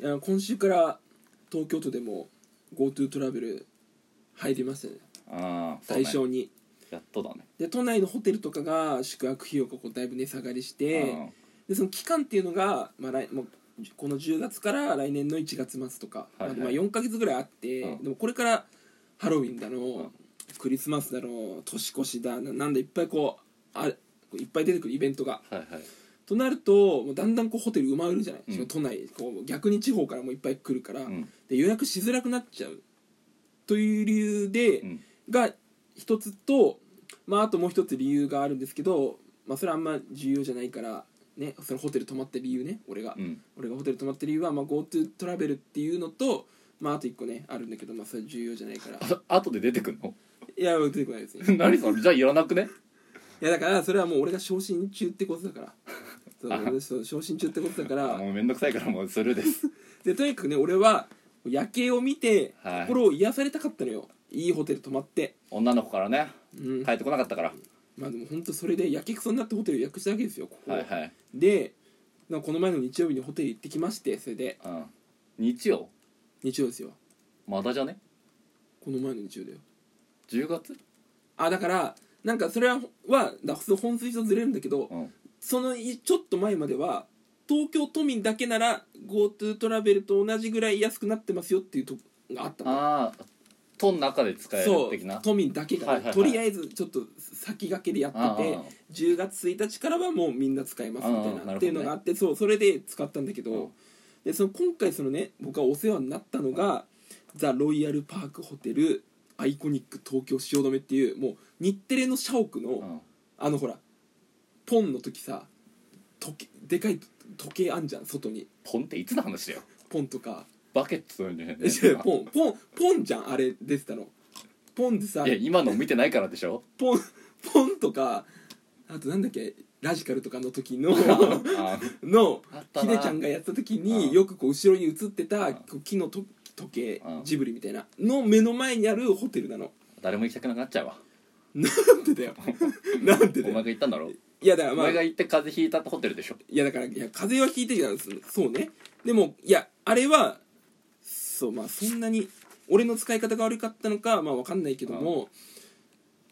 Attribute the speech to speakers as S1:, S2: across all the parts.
S1: いや今週から東京都でも GoTo トラベル入りますよね
S2: ああ
S1: 対象に
S2: やっとだね
S1: で都内のホテルとかが宿泊費用がこうだいぶ値下がりしてでその期間っていうのが、まあ、来もうこの10月から来年の1月末とか、
S2: はいはい
S1: まあ、4か月ぐらいあって、
S2: うん
S1: でもこれからハロウィンだの、
S2: うん
S1: クリスマスだの年越しだななんだいっぱいこうあれいっぱい出てくるイベントが
S2: うんはいはい
S1: となるともうだんだんこうホテル埋まるじゃない、
S2: うん
S1: その都内こう逆に地方からもいっぱい来るから、
S2: うん
S1: で予約しづらくなっちゃうという理由で、
S2: うん
S1: が一つと、まあ、あともう一つ理由があるんですけど、まあ、それはあんま重要じゃないから、ね、そのホテル泊まった理由ね俺が、
S2: うん
S1: 俺がホテル泊まった理由は、まあ、GoTo トラベルっていうのと、まあ、あと一個ねあるんだけど、まあ、それは重要じゃないから
S2: あ後で出てくんの
S1: いや出てこないですね
S2: 何それじゃあいらなくね
S1: いやだからそれはもう俺が昇進中ってことだからそう
S2: あ
S1: 俺そう昇進中ってことだから
S2: もうめんどくさいからもうスルーです
S1: でとにかくね俺は夜景を見て
S2: はい
S1: 心を癒されたかったのよ、い、いホテル泊まって、
S2: 女の子からね
S1: うん
S2: 帰ってこなかったから、
S1: まあでも本当それでやけくそになってホテル予約したわけですよここ、
S2: はいはい、
S1: でなんかこの前の日曜日にホテル行ってきましてそれで
S2: うん、日曜
S1: 日曜ですよ
S2: まだじゃね
S1: この前の日曜だよ
S2: 10月
S1: あだからなんかそれははだ普通本筋とずれるんだけど、
S2: うん
S1: そのいちょっと前までは東京都民だけなら GoTo トラベルと同じぐらい安くなってますよっていうとこがあったの
S2: ああ都の中で使える
S1: そう
S2: 的な
S1: 都民だけがね、
S2: はいはいはい
S1: とりあえずちょっと先駆けでやってて
S2: ああ
S1: 10月1日からはもうみんな使いますみたい
S2: ああなる
S1: な
S2: ほどね
S1: っていうのがあってそうそれで使ったんだけど、
S2: うん
S1: でその今回そのね僕がお世話になったのがザ・ロイヤル・パーク・ホテルアイコニック東京汐留っていうもう日テレの社屋の、
S2: うん
S1: あのほらポンの時さ時計でかい時計あんじゃん外に
S2: ポンっていつの話だよ
S1: ポンとか、
S2: バケットそういうんじゃね
S1: え違う ポンポンポンじゃんあれ出てたのポンでさ
S2: いや今の見てないからでしょ
S1: ポン ポンとかあとなんだっけラジカルとかの時 の
S2: あ
S1: の
S2: あった
S1: ヒ
S2: な
S1: デちゃんがやった時
S2: うん
S1: によくこう後ろに映って
S2: う
S1: た
S2: ん
S1: こう木のと時計
S2: うん
S1: ジブリみたいなの目の前にあるホテルな の
S2: 誰も行きたくなくなっちゃうわ
S1: なんでだ よなんで
S2: お
S1: だ
S2: 前が
S1: よ
S2: 言ったんだろ、
S1: いやだから
S2: お
S1: まあ
S2: 前が行って風邪ひいたってホテルでしょ
S1: いやだからいや風邪はひいてるじゃんそうねでもいやあれはそうまあそんなに俺の使い方が悪かったのかまあわかんないけども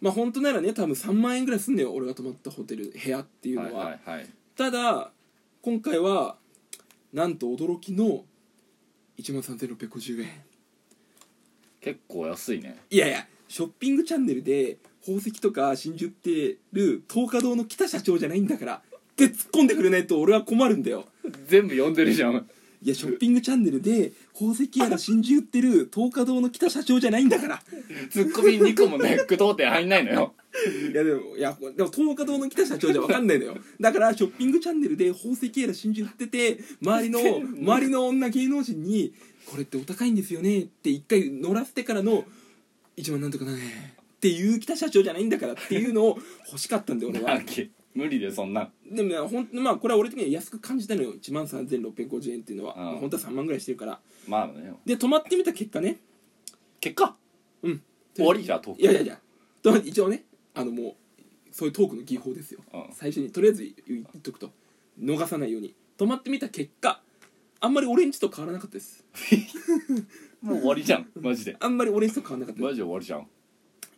S1: まあ本当ならね多分3万円ぐらいすんだよ俺が泊まったホテル部屋っていうのは、
S2: はいはいはい
S1: ただ今回はなんと驚きの1万3650円
S2: 結構安いね
S1: いやいやショッピングチャンネルで宝石とか真珠売ってる東華堂の北社長じゃないんだからって突っ込んでくれないと俺は困るんだよ
S2: 全部読んでるじゃん
S1: いやショッピングチャンネルで宝石やら真珠売ってる東華堂の北社長じゃないんだから
S2: ツッコミ2個もね句読点入んないのよ
S1: いやでもいやでも東華堂の北社長じゃ分かんないのよだからショッピングチャンネルで宝石やら真珠売ってて周 りの周りの女芸能人に「これってお高いんですよね」って一回乗らせてからの「一万なんとかだね」っていう北社長じゃないんだからっていうのを欲しかったんで俺は
S2: なんけ無理でそんな
S1: でもねほんまあこれは俺的には安く感じたのよ1万3650円っていうのは
S2: うん
S1: まあ本当は3万ぐらいしてるから
S2: まあね
S1: で泊まってみた結果ね
S2: 結果
S1: うん
S2: 終わりじゃ東京
S1: いやいやいやと一応ねあのもうそういうトークの技法ですよ、
S2: うん
S1: 最初にとりあえず言っとくと逃さないように止まってみた結果あんまりオレンジと変わらなかったです
S2: もう終わりじゃんマジで
S1: あんまりオレンジと変わらなかったで
S2: マジで終わりじゃん
S1: す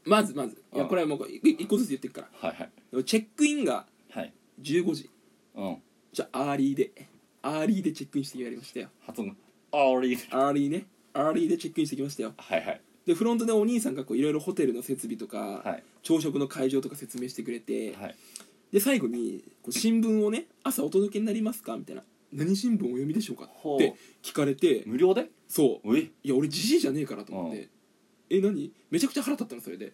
S1: まずまずいや
S2: うん
S1: これはもうい一個ずつ言っていくか
S2: はいはい
S1: らチェックインが
S2: はい
S1: 15時
S2: うん
S1: じゃあアーリーでアーリーでチェックインしてやりましたよ
S2: 発音あーり
S1: アーリーねアーリーでチェックインしてきましたよ
S2: はいはい
S1: でフロントでお兄さんがこういろいろホテルの設備とか、
S2: はい
S1: 朝食の会場とか説明してくれて、
S2: はい
S1: で最後にこう新聞をね朝お届けになりますかみたいな何新聞お読みでしょうか
S2: ほ
S1: っ
S2: う
S1: て聞かれて
S2: 無料で
S1: そう
S2: え
S1: いや俺じじいじゃねえからと思ってえ何めちゃくちゃ腹立ったのそれで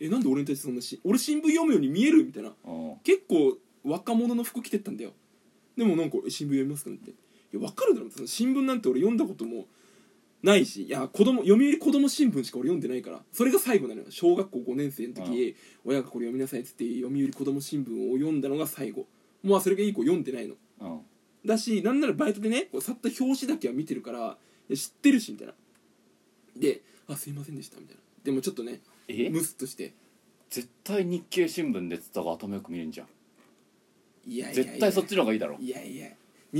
S1: えなんで俺に対してそんなし俺新聞読むように見えるみたいな
S2: うん
S1: 結構若者の服着てったんだよでもなんかえ新聞読みますかっていや分かるだろその新聞なんて俺読んだこともないしいや子供読売子供新聞しか俺読んでないからそれが最後なのよ小学校5年生の時、親がこれ読みなさいっつって読売子供新聞を読んだのが最後もうそれがいい子読んでないの
S2: うん
S1: だしなんならバイトでねこうさっと表紙だけは見てるからいや知ってるしみたいなで「あすいませんでした」みたいなでもちょっとね
S2: え
S1: ムスッとして
S2: 絶対日経新聞でつった方が頭よく見えんじゃん
S1: 「いやいやいや
S2: 絶対そっちの方がいいだろ
S1: いやいや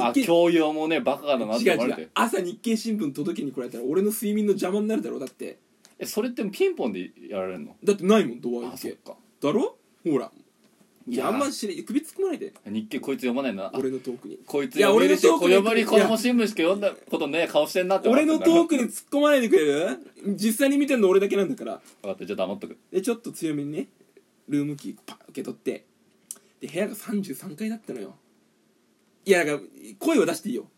S2: あ
S1: 日経
S2: 教養もねバカだなっ
S1: 違
S2: て
S1: う
S2: 思わ
S1: 違
S2: れて
S1: う朝日経新聞届けに来られたら俺の睡眠の邪魔になるだろうだって
S2: えそれってピンポンでやられるの
S1: だってないもんドア
S2: あそっ
S1: 日
S2: か
S1: だろほらい
S2: い
S1: や
S2: や
S1: あんましね首突っ込まないで
S2: 日経こいつ読まないなあ
S1: 俺のトークに
S2: こいつ
S1: いや
S2: 読めるし
S1: 俺のトーク
S2: こ
S1: で
S2: よばり子供新聞しか読んだことねえ顔してんなって
S1: 俺のトー
S2: ク
S1: クに突っ込まないでくれる実際に見てんの俺だけなんだから
S2: 分かったじゃあ黙っとく
S1: でちょっと強めにねルームキーパッ受け取ってで部屋が33階だったのよいやだから声は出していいよ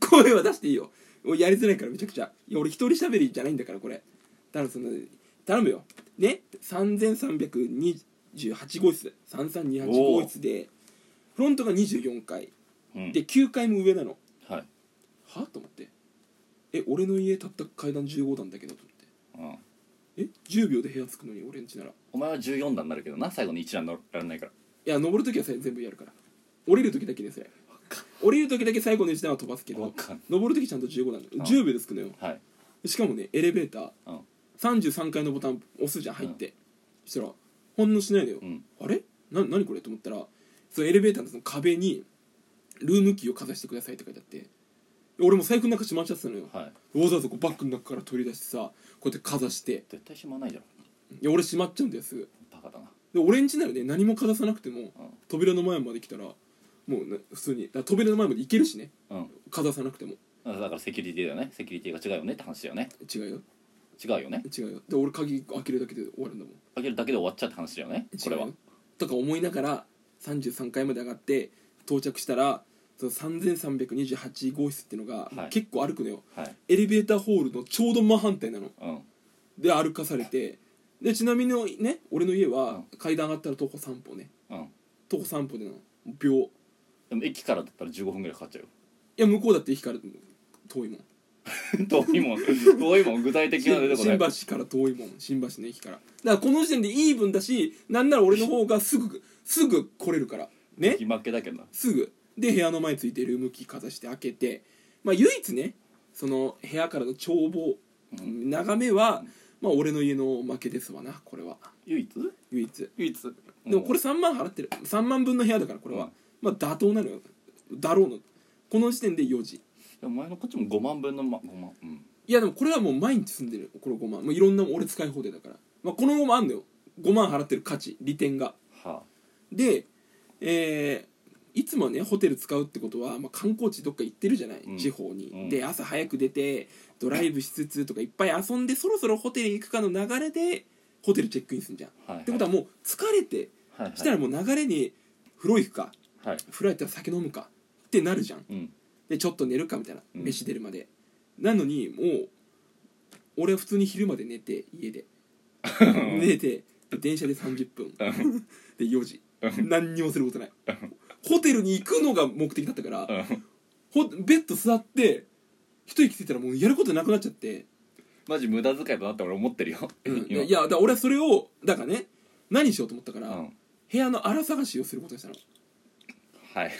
S1: 声は出していいよ俺やりづらいからめちゃくちゃいや俺一人喋りじゃないんだからこれだからその頼むよね3328号室3328号室でフロントが24階
S2: うん
S1: で9階も上なの
S2: はい
S1: はと思ってえ俺の家たった階段15段だけどと思って
S2: うん
S1: え10秒で部屋着くのに俺んちなら
S2: お前は14段になるけどな最後に一段乗られないから
S1: いや登る時はさ全部やるから降りる時だけですよ降りる時だけ最後の一段は飛ばすけ
S2: わ
S1: ど
S2: かん
S1: 登る時ちゃんと15段
S2: ん
S1: 10秒で着くのよ
S2: はい
S1: しかもねエレベーター
S2: うん
S1: 33階のボタン押すじゃん入って、そしたら反応しないのよ、
S2: うん
S1: あれな何これと思ったらそのエレベーターのその壁に「ルームキーをかざしてください」って書いてあって俺も財布の中しまっちゃってたのよ、
S2: はい
S1: わざわざこうバッグの中から取り出してさこうやってかざして
S2: 絶対しまないじゃん
S1: いや俺しまっちゃうんだよすぐ
S2: バカだな
S1: で俺んちならね何もかざさなくても
S2: うん
S1: 扉の前まで来たらもうね普通にだから扉の前まで行けるしね
S2: うん
S1: かざさなくても
S2: だからセキュリティだよねセキュリティが違うよねって話だよね
S1: 違うよ
S2: 違うよね
S1: 違うよで俺鍵開けるだけで終わるんだもん
S2: 開けるだけで終わっちゃうって話だよねこれ
S1: 違
S2: は
S1: うよとか思いながら33階まで上がって到着したらその3328号室ってのが、
S2: はい
S1: 結構歩くのよ
S2: はい
S1: エレベーターホールのちょうど真反対なの
S2: うん
S1: で歩かされてでちなみにね俺の家は階段上がったら徒歩3歩ね
S2: うん
S1: 徒歩3歩でなの秒
S2: でも駅からだったら15分ぐらいかかっちゃうよ
S1: いや向こうだって駅から遠いもん
S2: 遠いもん遠いもん具体的なの出てこな
S1: 新橋
S2: い
S1: から遠いもん新橋の駅からだからこの時点でイーブンだしなんなら俺の方がすぐすぐ来れるからね
S2: 駅負けだけどな
S1: すぐで部屋の前ついてルームキーかざして開けてまあ唯一ねその部屋からの眺望、
S2: うん
S1: 眺めは、まあ俺の家の負けですわなこれは
S2: 唯一
S1: 唯一
S2: 唯一
S1: でもこれ3万払ってる3万分の部屋だからこれは、
S2: うん
S1: まあ妥当なのよだろうのこの時点で4時
S2: お前のこっちも5万分の、ま、5万うん
S1: いやでもこれはもう毎日住んでるこの5万、まあ、いろんな俺使い放題だから、まあ、この5万あんのよ5万払ってる価値利点が
S2: は
S1: でえーいつもはねホテル使うってことは、まあ、観光地どっか行ってるじゃない、
S2: うん
S1: 地方に、
S2: うん
S1: で朝早く出てドライブしつつとかいっぱい遊んでそろそろホテル行くかの流れでホテルチェックインするじゃん、
S2: あはい
S1: ってことはもう疲れて
S2: はいはい
S1: したらもう流れに風呂行くか
S2: はい
S1: 風呂やったら酒飲むかってなるじゃん
S2: うん
S1: でちょっと寝るかみたいな
S2: うん
S1: 飯出るまで、なのにもう俺は普通に昼まで寝て家 で寝てで電車で30分 で4時何にもすることないホテルに行くのが目的だったから
S2: うん
S1: ほベッド座って一息ついたらもうやることなくなっちゃって、
S2: マジ無駄遣いだなって俺思ってるよ
S1: うん
S2: 今
S1: いやだから俺はそれをだからね何しようと思ったか
S2: う
S1: ら、
S2: んはい
S1: 部屋の荒探しをすることにしたの
S2: はい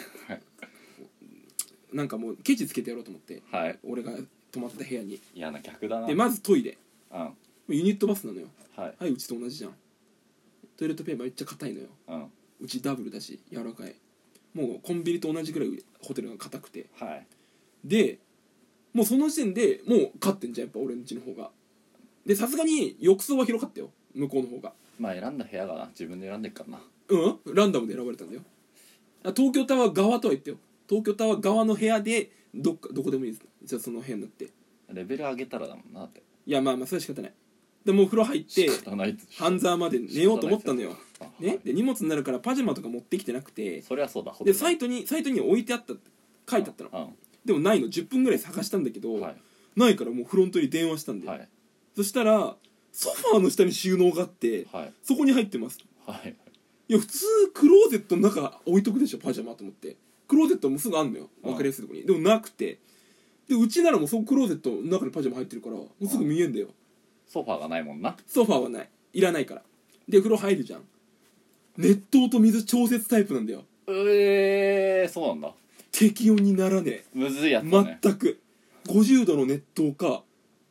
S1: なんかもうケチつけてやろうと思って
S2: はい
S1: 俺が泊まった部屋に
S2: 嫌な客だな
S1: でまずトイレ
S2: うんは
S1: ユニットバスなのよ
S2: い
S1: はいうちと同じじゃんトイレットペーパーめっちゃ硬いのよ
S2: うんは
S1: うちダブルだし柔らかいもうコンビニと同じぐらいホテルが硬くて
S2: い
S1: でもうその時点でもう勝ってんじゃんやっぱ俺んちの方がでさすがに浴槽は広かったよ向こうの方が
S2: まあ選んだ部屋がな自分で選んでっからな
S1: うんランダムで選ばれたんだよあ東京タワー側とは言ってよ東京タワー側の部屋でどっかどこでもいいですじゃあその部屋になってい
S2: レベル上げたらだもんなって
S1: やまあまあそれは仕方ないでもうお風呂入って
S2: 仕方ないっつ
S1: 半沢まで寝ようと思ったのよ
S2: あは
S1: ね
S2: い、
S1: で荷物になるからパジャマとか持ってきてなくて
S2: そりゃそうだ
S1: でサイトにサイトに置いてあった書いてあったの
S2: の
S1: でもないの10分ぐらい探したんだけど、
S2: は
S1: ないからもうフロントに電話したん
S2: い
S1: で、
S2: はい
S1: そしたらソファーの下に収納があって
S2: はい
S1: そこに入ってます
S2: はい
S1: いや普通クローゼットの中置いとくでしょパジャマと思ってクローゼットもすぐあんのよ
S2: うん
S1: 分かりやすいとこにでもなくてでうちならもうそのクローゼットの中にパジャマ入ってるからもうすぐ見えんだよ
S2: ソファーがないもんな
S1: ソファーはないいらないからで風呂入るじゃん熱湯と水調節タイプなんだよ
S2: ええそうなんだ
S1: 適温にならねえ
S2: むずいやつだね、
S1: 全く50度の熱湯か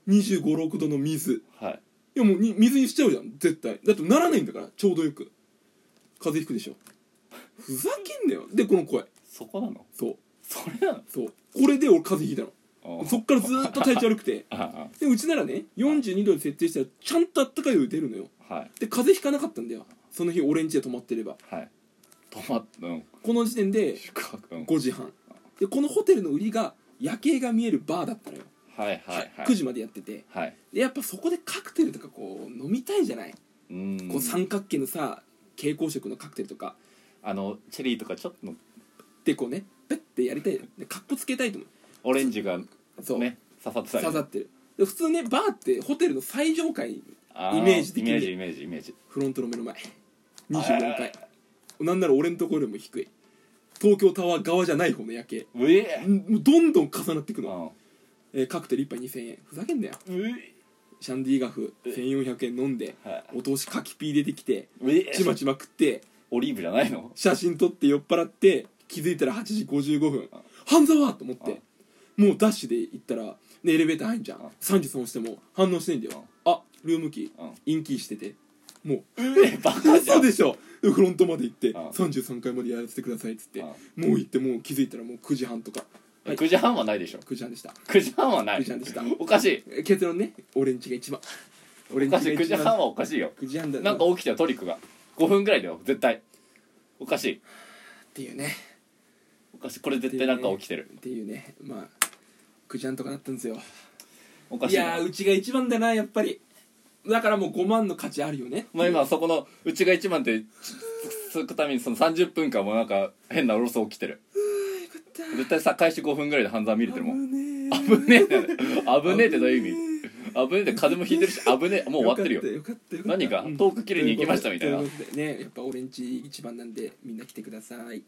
S1: 2 5 6度の水
S2: はい
S1: いやもうに水にしちゃうじゃん絶対だってならないんだからちょうどよく風邪ひくでしょふざけんなよでこの声
S2: そこなの
S1: そう
S2: それな
S1: そうこれで俺風邪ひいた
S2: の
S1: のそっからずーっと体調悪くて
S2: あ
S1: でうちならね42度に設定したらちゃんとあったかいお湯出るのよ
S2: あはい
S1: で風邪ひかなかったんだよその日俺ん家で泊まってれば
S2: はい止まったうん
S1: この時点で
S2: 宿泊うん
S1: 5時半でこのホテルの売りが夜景が見えるバーだったのよ、
S2: はいはいはい
S1: 9時までやってて
S2: はい
S1: でやっぱそこでカクテルとかこう飲みたいじゃない、
S2: うーん
S1: こう三角形のさ蛍光色のカクテルとか
S2: あのチェリーとかちょっと
S1: でこうねペッてやりたいでかっこつけたいと思
S2: オレンジが
S1: うそう、
S2: ね刺さってたり
S1: 刺さってるで普通ねバーってホテルの最上階
S2: あー
S1: イメージ的に
S2: イメージイメージイメージ
S1: フロントの目の前24階なんなら俺のところよりも低い東京タワー側じゃない方の夜景
S2: うえ
S1: んもうどんどん重なっていく
S2: う
S1: の、
S2: ん
S1: えーカクテル1杯2000円ふざけんなよ
S2: うえ
S1: シャンディガフ1400円飲んで
S2: はい
S1: お通しカキピー出てきて
S2: うえ
S1: ちまちま食って
S2: オリーブじゃないの
S1: 写真撮って酔っ払って気づいたら8時55分
S2: あ
S1: 半沢と思ってもうダッシュで行ったらでエレベーター入んじゃん
S2: あ
S1: 33押しても反応しないんだよあルームキ
S2: うん
S1: ーインキーしててもう
S2: うえバカじゃ
S1: 嘘
S2: ん
S1: でしょでフロントまで行って
S2: あ
S1: 33階までやらせてくださいっつって
S2: あ
S1: もう行ってもう気づいたらもう9時半とかはい
S2: 9時半はないでしょ
S1: 9時半でした
S2: 9時半はない
S1: 9時半でした
S2: おかしい
S1: え結論ね俺んちが一番俺
S2: お
S1: ん
S2: かしい9時
S1: 一
S2: 半
S1: 番
S2: はおかしいよ
S1: 9時半だ
S2: なんか起きちゃうトリックが5分ぐらいだよ絶対おかしい
S1: っていうね
S2: おかしいこれ絶対なんか起きてる
S1: っていうねまあ9時半とかなったんですよ
S2: おかし
S1: い
S2: いな
S1: やーうちが一番だなやっぱりだからもう5万の価値あるよね
S2: まあ今そこのうちが一番ってつくためにその30分間もなんか変なロス起きてる絶対さ開始5分ぐらいで半沢見れてるもん
S1: ね
S2: 危ねえって危ねえってどういう意味危ねえって風も引いてるし危ねえもう終わってるよ
S1: よかったよかった
S2: 何が
S1: うん
S2: 遠く切りに行きましたみたいな
S1: とうことでとうことでねやっぱ俺んち一番なんでみんな来てください